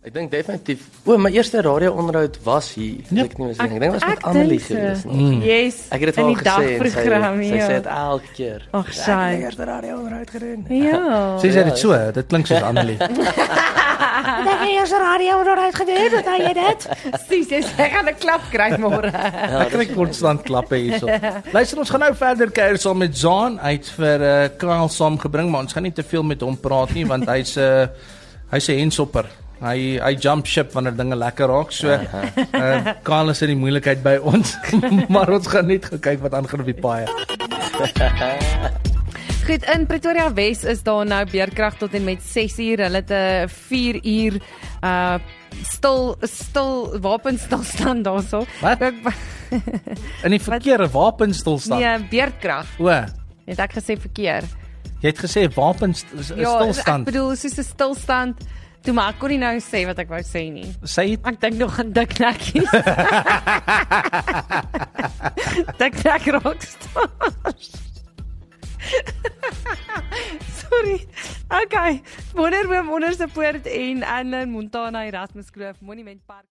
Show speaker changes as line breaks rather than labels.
Ek dink definitief. O, my eerste radio-onderhoud was hier. Ja.
Ja.
Ek nie meer seker. Ek dink dit was met Annelie geweest. nog.
Yes.
Ek het dit
eh, in
vir haar gesê en
die
sy
dagprogram,
sy
ja.
sê dit elke keer.
Ag,
Ek het
sy.
my eerste radio-onderhoud gedoen.
Ja.
Sê jy dit so? Dit klink soos Annelie.
Dink jy eers radio word uitgedoen dat jy dit?
Presies, jy sê ek gaan 'n klap kry môre.
Ek kry konstant klappe hierso. Luister, ons gaan nou verder kuier saam met Zaan uit vir eh uh, Kyle saamgebring, maar ons gaan nie te veel met hom praat nie want hy's 'n uh, hy's 'n hensopper. Hy hy jump ship wanneer dinge lekker raak. So
Ja.
uh, Kyle is in die moeilikheid by ons, maar ons gaan net gou kyk wat aangaan op die paai.
Goed, in Pretoria Wes is daar nou beerkrag tot en met 6uur. Hulle het 'n 4uur uh stil stil wapenstilstand daarso.
Wat?
Ook ba-
In die verkeerde wapenstilstand.
Nee, beerkrag.
O,
Het ek gesê verkeer.
jy het gesê
ek Ja,
wapenstilstand.
bedoel soos 'n stilstand. Toe maar ek kon nie nou sê wat ek wou sê nie.
Sy het
Ek dink nog aan dik nekkies. dik nek rockstars. Sorry. Okay. Wonderboom onderste poort en Anne Montana Erasmus Kloof Monument Park.